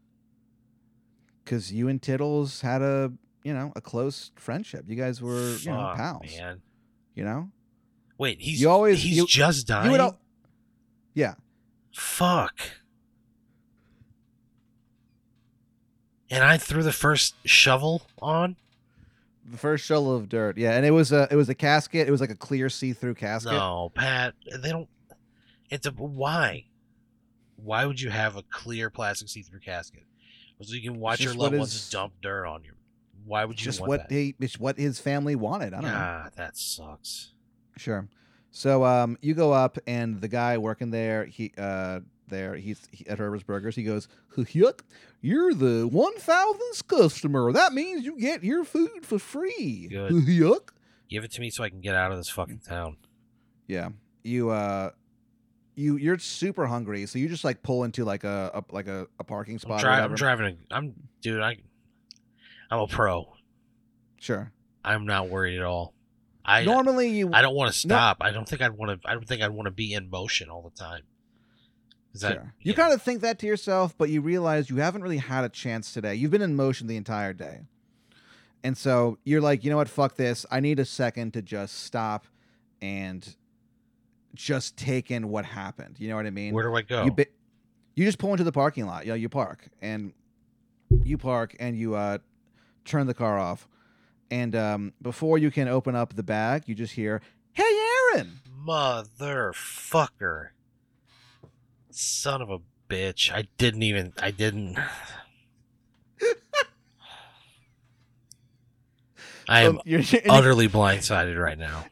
Speaker 1: because you and Tittles had a you know a close friendship. You guys were you know
Speaker 2: Fuck,
Speaker 1: pals.
Speaker 2: man.
Speaker 1: You know,
Speaker 2: Wait, he's
Speaker 1: You always-
Speaker 2: he's
Speaker 1: you-
Speaker 2: just dying.
Speaker 1: You would al- yeah.
Speaker 2: Fuck. And I threw the first shovel on.
Speaker 1: The first shovel of dirt. Yeah, and it was a it was a casket. It was like a clear see-through casket.
Speaker 2: No, Pat, they don't. It's a why. Why would you have a clear plastic see-through casket? So you can watch your
Speaker 1: just what
Speaker 2: loved ones
Speaker 1: is-
Speaker 2: dump dirt on you. Why would you
Speaker 1: just
Speaker 2: want
Speaker 1: what
Speaker 2: that?
Speaker 1: he it's what his family wanted. I don't know.
Speaker 2: ah, that sucks.
Speaker 1: Sure. So um, you go up, and the guy working there, he uh, there he's he, at Herbert's Burgers. He goes, "Yuck, you're the one thousandth customer. That means you get your food for free."
Speaker 2: Good.
Speaker 1: Yuck.
Speaker 2: Give it to me so I can get out of this fucking town.
Speaker 1: Yeah. You uh, you you're super hungry, so you just like pull into like a, a like a, a parking
Speaker 2: I'm,
Speaker 1: spot.
Speaker 2: dri-
Speaker 1: or
Speaker 2: I'm
Speaker 1: whatever.
Speaker 2: driving. A, I'm dude. I, I'm a pro.
Speaker 1: Sure.
Speaker 2: I'm not worried at all. I uh,
Speaker 1: Normally you
Speaker 2: I don't want to stop. I don't think I'd want to. I don't think I'd want to be in motion all the time. Is that
Speaker 1: Sure. You kind of think that to yourself, but you realize you haven't really had a chance today. You've been in motion the entire day. And so you're like, you know what? Fuck this. I need a second to just stop and just take in what happened. You know what I mean?
Speaker 2: Where do I go?
Speaker 1: You, bi- you just pull into the parking lot. You know, you park and you park and you uh, turn the car off. And um, before you can open up the bag, you just hear, hey, Aaron.
Speaker 2: Motherfucker. Son of a bitch. I didn't even. I didn't. I am
Speaker 1: Um, you're- and you-
Speaker 2: utterly blindsided right now.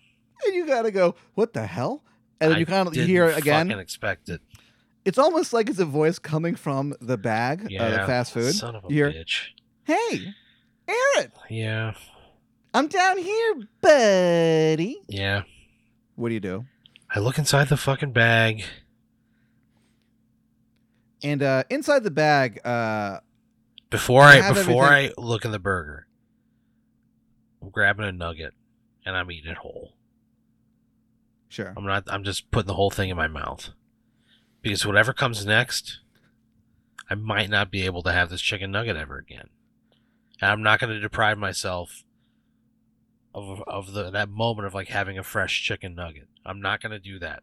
Speaker 1: and you gotta go, what the hell? And then
Speaker 2: I
Speaker 1: you kind of
Speaker 2: Didn't
Speaker 1: hear it again.
Speaker 2: Fucking expect it.
Speaker 1: It's almost like it's a voice coming from the bag, uh, the
Speaker 2: Yeah,
Speaker 1: fast food.
Speaker 2: Son of a
Speaker 1: You're-
Speaker 2: bitch.
Speaker 1: Hey, Aaron,
Speaker 2: Yeah.
Speaker 1: I'm down here, buddy.
Speaker 2: Yeah.
Speaker 1: What do you do?
Speaker 2: I look inside the fucking bag.
Speaker 1: And uh, inside the bag, uh,
Speaker 2: Before
Speaker 1: I
Speaker 2: I
Speaker 1: have
Speaker 2: before I look in the burger, I'm grabbing a nugget and I'm eating it whole.
Speaker 1: sure,
Speaker 2: I'm not. I'm just putting the whole thing in my mouth because whatever comes next, I might not be able to have this chicken nugget ever again, and I'm not going to deprive myself of of the that moment of like having a fresh chicken nugget. I'm not going to do that.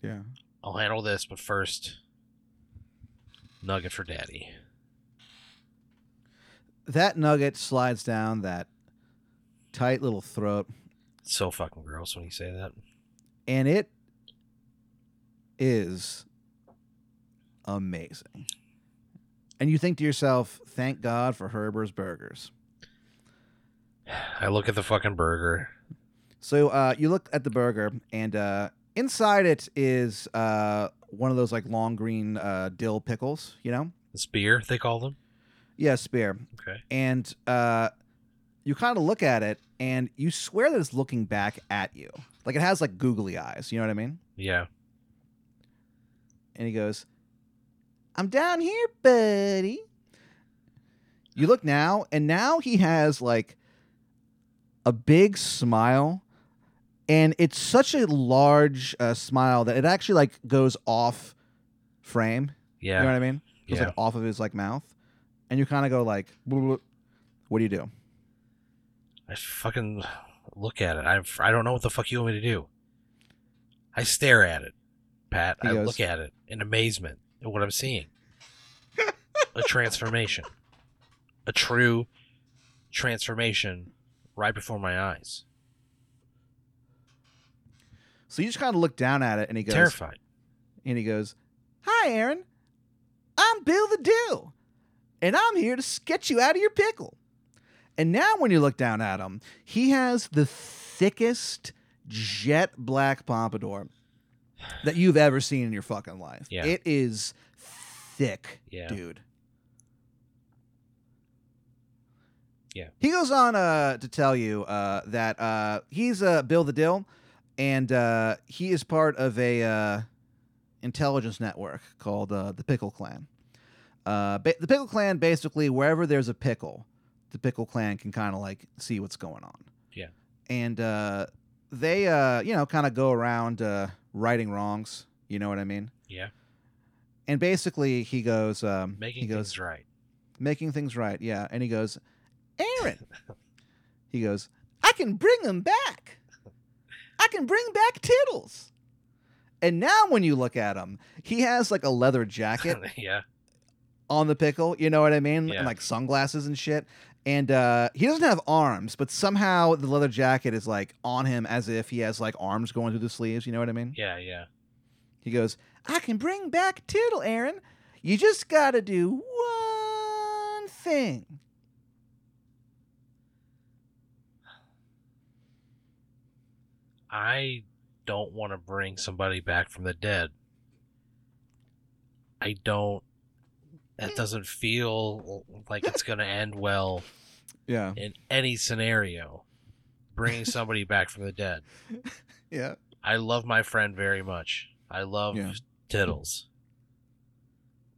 Speaker 1: yeah,
Speaker 2: I'll handle this, but first, nugget for daddy.
Speaker 1: that nugget slides down that tight little throat,
Speaker 2: It's so fucking gross when you say that.
Speaker 1: and it is amazing. And you think to yourself, "Thank God for Herber's Burgers."
Speaker 2: I look at the fucking burger.
Speaker 1: So uh, you look at the burger, and uh, inside it is uh, one of those like long green uh, dill pickles, you know?
Speaker 2: This beer they call them.
Speaker 1: Yeah, spear.
Speaker 2: Okay.
Speaker 1: And uh, you kind of look at it, and you swear that it's looking back at you. Like it has like googly eyes, you know what I mean?
Speaker 2: Yeah.
Speaker 1: And he goes, I'm down here, buddy. You look now, and now he has like a big smile. And it's such a large uh, smile that it actually like goes off frame.
Speaker 2: Yeah.
Speaker 1: You know what I mean? It's
Speaker 2: yeah.
Speaker 1: like off of his like mouth. And you kind of go like, what do you do?
Speaker 2: I fucking look at it. I I don't know what the fuck you want me to do. I stare at it, Pat.
Speaker 1: He
Speaker 2: I
Speaker 1: goes-
Speaker 2: look at it in amazement at what I'm seeing. a transformation, a true transformation, right before my eyes.
Speaker 1: So you just kind of look down at it, and he goes,
Speaker 2: Terrified.
Speaker 1: and he goes, "Hi, Aaron. I'm Bill the Dill, and I'm here to sketch you out of your pickle." And now, when you look down at him, he has the thickest jet black pompadour that you've ever seen in your fucking life.
Speaker 2: Yeah.
Speaker 1: It is thick,
Speaker 2: Yeah.
Speaker 1: dude.
Speaker 2: Yeah.
Speaker 1: He goes on uh, to tell you uh, that uh, he's uh, Bill the Dill, and uh, he is part of a uh, intelligence network called uh, the Pickle Clan. Uh, ba- the Pickle Clan basically wherever there's a pickle, the Pickle Clan can kind of like see what's going on.
Speaker 2: Yeah.
Speaker 1: and uh, they uh, you know kind of go around uh, righting wrongs. You know what I mean?
Speaker 2: Yeah.
Speaker 1: And basically, he goes um,
Speaker 2: Making
Speaker 1: he goes
Speaker 2: things right.
Speaker 1: making things right. Yeah, and he goes, Aaron. he goes, I can bring them back. I can bring back Tittles. And now when you look at him, he has like a leather jacket
Speaker 2: yeah.
Speaker 1: on the pickle. You know what I mean?
Speaker 2: Yeah.
Speaker 1: And like sunglasses and shit. And uh, he doesn't have arms, but somehow the leather jacket is like on him as if he has like arms going through the sleeves. You know what I mean?
Speaker 2: Yeah. Yeah.
Speaker 1: He goes, I can bring back Tittle, Aaron. You just got to do one thing.
Speaker 2: I don't want to bring somebody back from the dead. I don't. That doesn't feel like it's going to end well
Speaker 1: Yeah.
Speaker 2: in any scenario. Bringing somebody back from the dead.
Speaker 1: Yeah.
Speaker 2: I love my friend very much. I love
Speaker 1: Yeah.
Speaker 2: Tittles.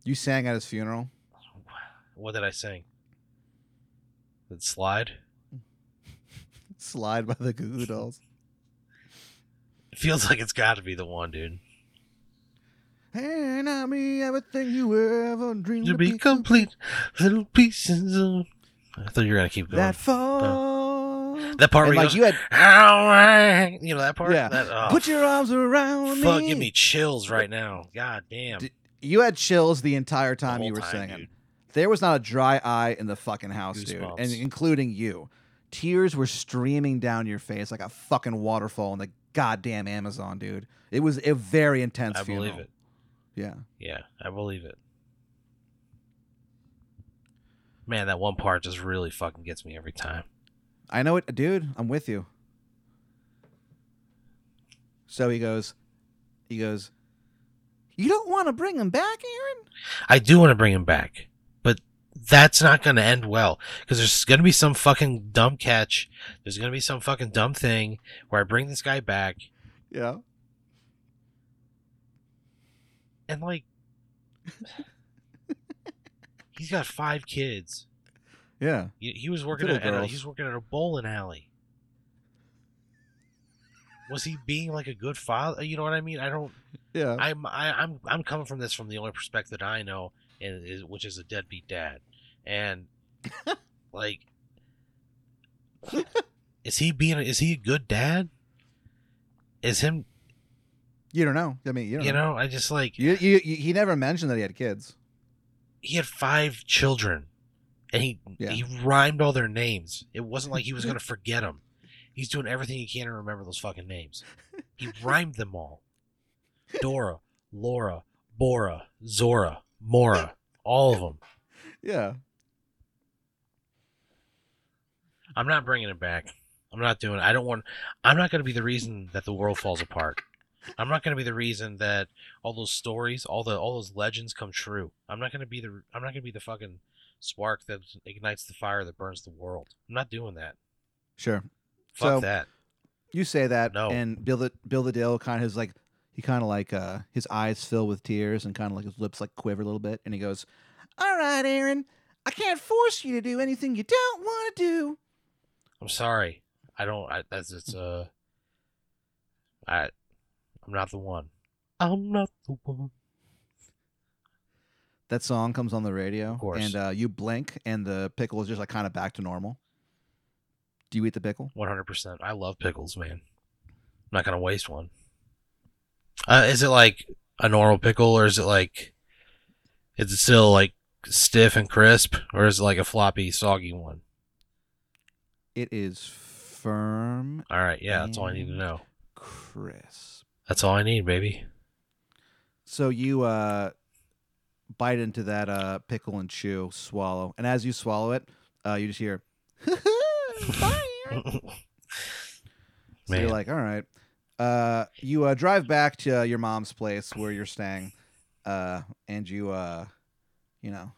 Speaker 1: You sang at his funeral.
Speaker 2: What did I sing? Did slide?
Speaker 1: Slide by the Goo Goo Dolls.
Speaker 2: It feels like it's got to be the one, dude.
Speaker 1: And I mean everything you ever dreamed
Speaker 2: To be complete, little pieces of. I thought you were gonna keep going.
Speaker 1: That fall.
Speaker 2: that
Speaker 1: And
Speaker 2: part where he
Speaker 1: like
Speaker 2: goes,
Speaker 1: you had,
Speaker 2: "All right," you know that part.
Speaker 1: Yeah.
Speaker 2: That, oh,
Speaker 1: put your arms around
Speaker 2: fuck,
Speaker 1: me.
Speaker 2: give me chills right now. God damn.
Speaker 1: Did- You had chills the entire
Speaker 2: The
Speaker 1: time you
Speaker 2: whole
Speaker 1: were
Speaker 2: time,
Speaker 1: singing.
Speaker 2: dude.
Speaker 1: There was not a dry eye in the fucking house, dude, and
Speaker 2: Goosebumps.
Speaker 1: including you. Tears were streaming down your face like a fucking waterfall in the goddamn Amazon, dude. It was a very intense
Speaker 2: I
Speaker 1: funeral.
Speaker 2: believe it.
Speaker 1: Yeah.
Speaker 2: Yeah, I believe it. Man, that one part just really fucking gets me every time.
Speaker 1: I know it, dude. I'm with you. So he goes, he goes, you don't want to bring him back, Aaron?
Speaker 2: I do want to bring him back, but that's not going to end well because there's going to be some fucking dumb catch. There's going to be some fucking dumb thing where I bring this guy back
Speaker 1: Yeah.
Speaker 2: and like he's got five kids.
Speaker 1: Yeah.
Speaker 2: He, he was working
Speaker 1: Little
Speaker 2: at, at a,
Speaker 1: girls.
Speaker 2: he was working at a bowling alley. Was he being like a good father? You know what I mean? I don't.
Speaker 1: Yeah.
Speaker 2: I'm I, I'm I'm coming from this from the only perspective that I know, and is, which is a deadbeat dad, and like, is he being is he a good dad? Is him
Speaker 1: you don't know. I mean, you don't
Speaker 2: you
Speaker 1: know.
Speaker 2: know I just like
Speaker 1: You, you, you, he never mentioned that he had kids.
Speaker 2: he had five children, and he
Speaker 1: Yeah.
Speaker 2: he rhymed all their names. It wasn't like he was gonna forget them. He's doing everything he can to remember those fucking names. He rhymed them all. Dora, Laura, Bora, Zora, Mora, all of them.
Speaker 1: Yeah.
Speaker 2: I'm not bringing it back. I'm not doing it. I don't want. I'm not going to be the reason that the world falls apart. I'm not going to be the reason that all those stories, all the all those legends come true. I'm not going to be the. I'm not going to be the fucking spark that ignites the fire that burns the world. I'm not doing that.
Speaker 1: Sure.
Speaker 2: Fuck
Speaker 1: So-
Speaker 2: that.
Speaker 1: You say that,
Speaker 2: No.
Speaker 1: and Bill the Bill the Dill kind of is like he kind of like uh, his eyes fill with tears and kind of like his lips like quiver a little bit, and he goes, "All right, Aaron, I can't force you to do anything you don't want to do."
Speaker 2: I'm sorry. I don't. I, that's it's. Uh. I. I'm not the one. I'm not the one.
Speaker 1: That song comes on the radio,
Speaker 2: course.
Speaker 1: and uh, you blink, and the pickle is just like kind of back to normal. Do you eat the pickle?
Speaker 2: One hundred percent. I love pickles, man. I'm not gonna waste one. Uh, is it like a normal pickle, or is it like is it still like stiff and crisp, or is it like a floppy, soggy one?
Speaker 1: It is firm,
Speaker 2: All right, yeah, that's all I need to
Speaker 1: Mm.
Speaker 2: know.
Speaker 1: crisp.
Speaker 2: That's all I need, baby.
Speaker 1: So you uh, bite into that uh, pickle and chew, swallow, and as you swallow it, uh, you just hear, "Bye, Aaron." So
Speaker 2: Man.
Speaker 1: you're like, all right. Uh, you uh, drive back to uh, your mom's place where you're staying, uh, and you, uh, you know,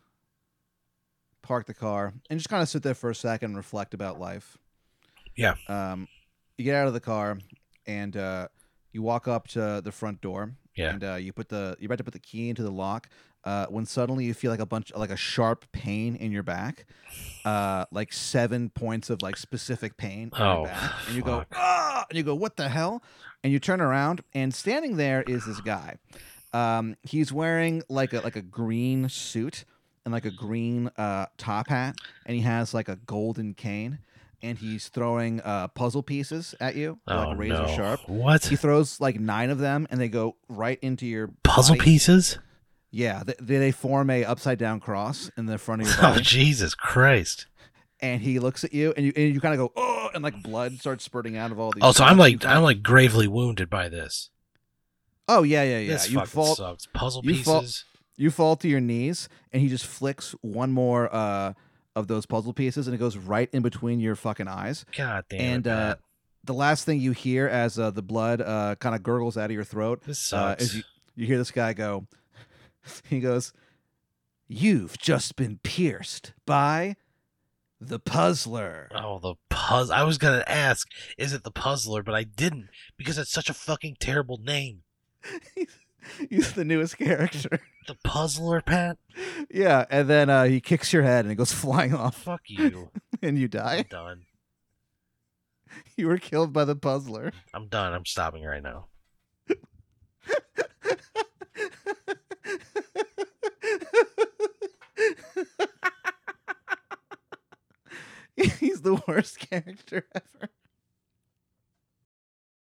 Speaker 1: park the car and just kind of sit there for a second and reflect about life.
Speaker 2: Yeah.
Speaker 1: Um, you get out of the car and uh, you walk up to the front door.
Speaker 2: Yeah.
Speaker 1: And uh, you put the you're about to put the key into the lock. Uh, when suddenly you feel like a bunch like a sharp pain in your back, uh, like seven points of like specific pain. in your
Speaker 2: Oh,
Speaker 1: back. and you go
Speaker 2: fuck.
Speaker 1: ah, and you go what the hell? And you turn around and standing there is this guy. Um, he's wearing like a like a green suit and like a green uh, top hat, and he has like a golden cane. and he's throwing uh, puzzle pieces at you, They're,
Speaker 2: oh,
Speaker 1: like razor
Speaker 2: no.
Speaker 1: sharp.
Speaker 2: What?
Speaker 1: He throws like nine of them, and they go right into your
Speaker 2: Puzzle
Speaker 1: body.
Speaker 2: pieces?
Speaker 1: Yeah, they, they form a upside down cross in the front of your
Speaker 2: Oh,
Speaker 1: body,
Speaker 2: Jesus Christ.
Speaker 1: and he looks at you, and you and you kind of go oh, and like blood starts spurting out of all these.
Speaker 2: Oh, so
Speaker 1: cuts
Speaker 2: I'm
Speaker 1: you
Speaker 2: like
Speaker 1: got.
Speaker 2: I'm like gravely wounded by this.
Speaker 1: oh yeah, yeah, yeah.
Speaker 2: this
Speaker 1: you
Speaker 2: fucking
Speaker 1: fall,
Speaker 2: sucks. Puzzle
Speaker 1: you
Speaker 2: pieces.
Speaker 1: fall- you fall to your knees, and he just flicks one more uh, of those puzzle pieces, and it goes right in between your fucking eyes.
Speaker 2: God damn
Speaker 1: and
Speaker 2: it.
Speaker 1: uh,
Speaker 2: Matt.
Speaker 1: the last thing you hear as uh, the blood uh, kind of gurgles out of your throat
Speaker 2: this
Speaker 1: uh,
Speaker 2: sucks.
Speaker 1: is you, you hear this guy go, he goes, You've just been pierced by the puzzler.
Speaker 2: Oh, the puzzle. I was gonna ask, is it the puzzler? But I didn't because it's such a fucking terrible name.
Speaker 1: He's the newest character.
Speaker 2: The puzzler, Pat.
Speaker 1: yeah, and then uh, he kicks your head and it goes flying off,
Speaker 2: Fuck you.
Speaker 1: and you
Speaker 2: I'm
Speaker 1: die.
Speaker 2: done.
Speaker 1: You were killed by the puzzler.
Speaker 2: I'm done. I'm stopping right now.
Speaker 1: He's the worst character ever.